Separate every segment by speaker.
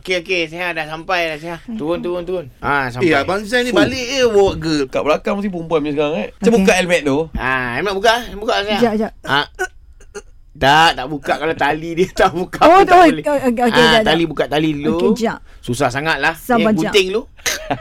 Speaker 1: Okey okey Saya dah sampai dah saya. Turun turun turun. Ah sampai.
Speaker 2: Eh Abang Zain ni balik eh Bawa girl
Speaker 3: Kat belakang mesti perempuan punya sekarang eh Macam
Speaker 4: Okey.
Speaker 3: buka helmet tu
Speaker 1: Ah, Ahmad buka, buka saya.
Speaker 4: Sekejap, sekejap.
Speaker 1: Ah. Tak, tak buka kalau tali dia tak buka. pun
Speaker 4: Oh,
Speaker 1: tak
Speaker 4: oh,
Speaker 1: boleh.
Speaker 4: oh, okey, okey,
Speaker 1: ah,
Speaker 4: jap, jap.
Speaker 1: tali buka tali dulu.
Speaker 4: Okey, jap.
Speaker 1: Susah sangat lah. Yang
Speaker 4: Sabar, jap.
Speaker 1: gunting dulu.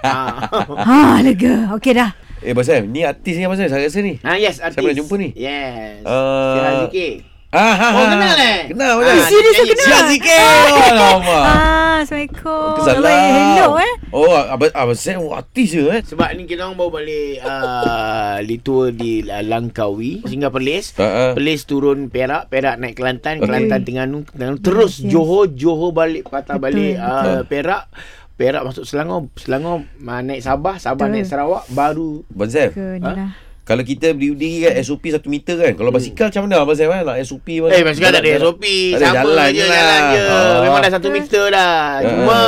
Speaker 1: ah.
Speaker 4: Ha, lega. Okey dah.
Speaker 3: Eh pasal ni artis ni pasal saya rasa ni
Speaker 1: ah, yes, artis.
Speaker 3: pernah jumpa ni?
Speaker 1: Yes.
Speaker 3: Ah.
Speaker 1: Syirah Zikir.
Speaker 3: Ah, ha,
Speaker 1: Oh, kenal eh?
Speaker 3: Kenal
Speaker 1: Ah,
Speaker 3: pasal
Speaker 1: dia
Speaker 4: serius
Speaker 1: nyanyi.
Speaker 4: ke kenal?
Speaker 3: Siap sikit Alamak
Speaker 4: Ah, Assalamualaikum.
Speaker 3: Kesalah
Speaker 4: Wei, Hello eh.
Speaker 3: Oh abang, abang Zain artis je eh
Speaker 1: Sebab ni kita orang baru balik uh, Litua di uh, Langkawi Singgah Perlis
Speaker 3: Ha, ha.
Speaker 1: Perlis turun Perak Perak naik Kelantan
Speaker 3: Okey.
Speaker 1: Kelantan Terengganu Terengganu Terus
Speaker 4: Yes, yes.
Speaker 1: Johor Johor balik Patah
Speaker 4: Betul,
Speaker 1: balik
Speaker 3: betul.
Speaker 1: uh, Perak Perak masuk Selangor Selangor uh, naik Sabah Sabah
Speaker 4: Betul.
Speaker 1: naik Sarawak Baru
Speaker 3: Abang Zain
Speaker 4: Ke ni lah.
Speaker 1: Ha?
Speaker 4: dah.
Speaker 3: Kalau kita berdiri kan SOP 1 meter kan Kalau
Speaker 4: Hmm.
Speaker 3: basikal macam mana Abang Sam kan Nak SOP mana
Speaker 1: Eh basikal tak ada SOP
Speaker 3: Tak ada,
Speaker 1: Sama
Speaker 3: jalan
Speaker 1: je
Speaker 3: je lah.
Speaker 1: Jalan je
Speaker 3: Ah.
Speaker 1: Memang dah satu meter dah
Speaker 3: Ah.
Speaker 1: Cuma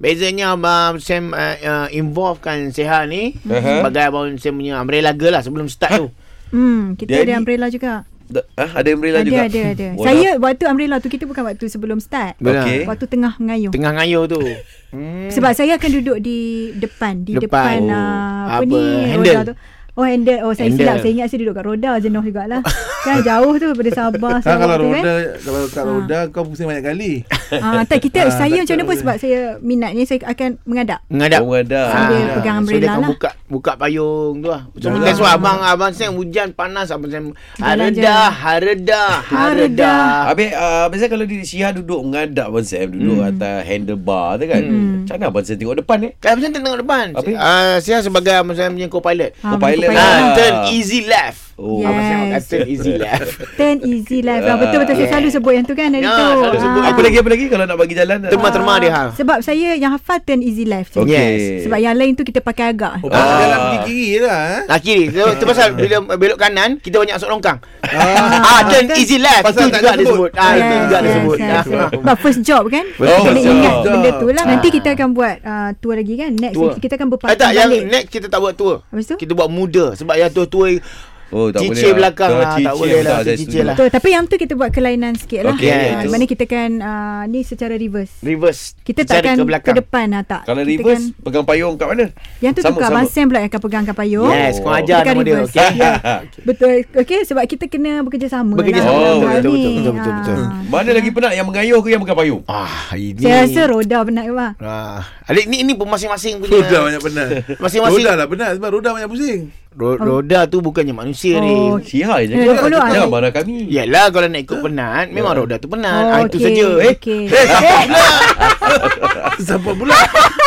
Speaker 1: Bezanya Abang Sam uh, uh, Involvekan Seha ni
Speaker 3: Aha.
Speaker 1: Sebagai Abang Sam punya Umbrella girl lah Sebelum start tu
Speaker 4: Hmm, kita
Speaker 3: Jadi-
Speaker 4: ada umbrella juga.
Speaker 3: Da- ha, Ada umbrella
Speaker 4: Ada,
Speaker 3: juga
Speaker 4: ada, ada.
Speaker 3: Wah,
Speaker 4: Saya waktu umbrella tu kita bukan waktu sebelum start.
Speaker 1: Benar.
Speaker 3: Okey.
Speaker 4: Waktu tengah mengayuh.
Speaker 1: Tengah ngayuh tu hmm.
Speaker 4: Sebab saya akan duduk di depan Di
Speaker 1: Depan.
Speaker 4: depan,
Speaker 1: Oh.
Speaker 4: depan oh. apa,
Speaker 1: Apa?
Speaker 4: ni
Speaker 1: Handle.
Speaker 4: Roda tu Oh handle Oh saya
Speaker 1: Handle.
Speaker 4: silap Saya ingat saya duduk kat roda Jenuh jugalah Kan jauh tu daripada Sabah
Speaker 2: Ha,
Speaker 4: Sarawak
Speaker 2: kalau
Speaker 4: tu,
Speaker 2: roda
Speaker 4: kan?
Speaker 2: kalau kat roda kau pusing banyak kali.
Speaker 4: Ah, tak
Speaker 2: Ah,
Speaker 4: kita
Speaker 2: tak
Speaker 4: Saya macam mana pun
Speaker 2: tahu.
Speaker 4: Sebab saya minat ni Saya akan mengadap
Speaker 1: Mengadap
Speaker 3: Oh, mengadap.
Speaker 4: Sambil
Speaker 1: Ah, So
Speaker 4: pegang
Speaker 1: dia
Speaker 4: umbrella
Speaker 1: akan
Speaker 4: lah.
Speaker 1: buka Buka payung tu lah So
Speaker 4: Jalan.
Speaker 1: that's why abang Abang Sam hujan panas Abang Sam
Speaker 4: Jalan je.
Speaker 1: Haredah Haredah Haredah
Speaker 4: Ah.
Speaker 3: Habis uh, Abang Sam kalau dia Syihah duduk mengadap Abang Sam Duduk
Speaker 4: Hmm.
Speaker 3: atas handlebar tu kan Macam mana Abang Sam tengok depan eh
Speaker 1: Kan, Abang Sam tengok depan
Speaker 3: Habis?
Speaker 1: Ah, Saya sebagai Abang Sam punya co-pilot
Speaker 4: Ah,
Speaker 3: Co-pilot
Speaker 4: co-pilot.
Speaker 3: lah.
Speaker 1: Ah, Turn easy left
Speaker 3: Oh.
Speaker 4: Ya.
Speaker 1: Abang Sam akan
Speaker 4: Yes.
Speaker 1: turn easy left
Speaker 4: Ten easy life lah. Betul-betul saya
Speaker 1: Yeah.
Speaker 4: selalu sebut yang tu kan Dari
Speaker 1: Ya,
Speaker 4: tu
Speaker 1: selalu sebut.
Speaker 4: Ah.
Speaker 3: Apa lagi apa lagi Kalau nak bagi jalan Ah.
Speaker 1: Terma-terma dia ha.
Speaker 4: Sebab saya yang hafal ten easy life tu
Speaker 3: Okey.
Speaker 1: Yes.
Speaker 4: Sebab yang lain tu kita pakai agak
Speaker 2: Oh,
Speaker 3: Ah.
Speaker 2: ah. dalam pergi kiri lah. Eh.
Speaker 1: Nah kiri so, Itu pasal Bila belok kanan Kita banyak masuk longkang Ah, Turn easy left
Speaker 2: Pasal
Speaker 1: Itu
Speaker 2: tak
Speaker 1: juga
Speaker 2: ada
Speaker 1: dia sebut
Speaker 2: sebut.
Speaker 1: Ah, Itu juga dia
Speaker 2: Yes,
Speaker 1: sebut
Speaker 4: yes,
Speaker 1: Ah.
Speaker 4: yes. Sebab first job kan
Speaker 3: Betul.
Speaker 4: Kena
Speaker 3: First
Speaker 4: ingat
Speaker 2: job.
Speaker 4: benda tu lah Nanti
Speaker 1: Ah.
Speaker 4: kita akan buat uh, Tour lagi kan Next
Speaker 1: Tour.
Speaker 4: kita akan
Speaker 1: Eh
Speaker 4: berpacu
Speaker 1: tak yang
Speaker 4: balik
Speaker 1: next kita tak buat tua
Speaker 4: Habis tu?
Speaker 1: Kita buat muda Sebab yang tua-tua
Speaker 3: Oh tak boleh
Speaker 1: Cicir
Speaker 3: lah.
Speaker 1: belakang lah,
Speaker 3: Kalau
Speaker 1: tak
Speaker 3: cicir
Speaker 1: boleh
Speaker 3: pun
Speaker 1: lah,
Speaker 3: tak, saya
Speaker 1: cicir
Speaker 3: setuju.
Speaker 1: lah.
Speaker 4: Betul, tapi yang tu kita buat kelainan sikit lah.
Speaker 3: Okey,
Speaker 1: yes.
Speaker 4: Ah, Mana kita kan uh, ni secara reverse.
Speaker 1: Reverse
Speaker 4: Kita
Speaker 1: Cari
Speaker 4: takkan
Speaker 1: ke belakang
Speaker 4: depan lah tak.
Speaker 3: Kalau
Speaker 4: kita
Speaker 3: reverse Pegang payung kat mana
Speaker 4: yang tu
Speaker 3: Sama,
Speaker 4: tukar
Speaker 3: sama.
Speaker 4: Abang Sam pula yang akan pegangkan payung.
Speaker 1: Yes
Speaker 3: Oh.
Speaker 1: Kau ajar
Speaker 4: Tekan
Speaker 1: nama dia
Speaker 4: reverse.
Speaker 1: okay?
Speaker 4: Ya. Betul. Okey, sebab kita kena bekerjasama
Speaker 1: Bekerjasama.
Speaker 4: lah.
Speaker 3: Oh,
Speaker 4: dalam
Speaker 1: betul,
Speaker 4: ni.
Speaker 1: betul, betul, betul, betul.
Speaker 4: Ah.
Speaker 3: Mana lagi penat Yang mengayuh ke yang pegang payung
Speaker 1: Ah, ini
Speaker 4: Saya rasa roda penat ke bang.
Speaker 1: ah. Adik ni ini pun masing-masing punya
Speaker 2: Roda banyak penat.
Speaker 1: Masing-masing.
Speaker 2: Roda lah penat sebab roda banyak pusing.
Speaker 1: Ro- Roda tu bukannya manusia ni
Speaker 4: Oh,
Speaker 3: Syihah je kan?
Speaker 4: Eh, dia follow
Speaker 3: Jangan
Speaker 4: ah.
Speaker 3: marah
Speaker 1: Ya.
Speaker 3: kami
Speaker 1: Yalah kalau nak ikut penat Memang roda tu penat
Speaker 4: Oh,
Speaker 1: ah, Itu
Speaker 4: okey,
Speaker 1: saja
Speaker 4: okey.
Speaker 1: Eh,
Speaker 2: Siapa pula?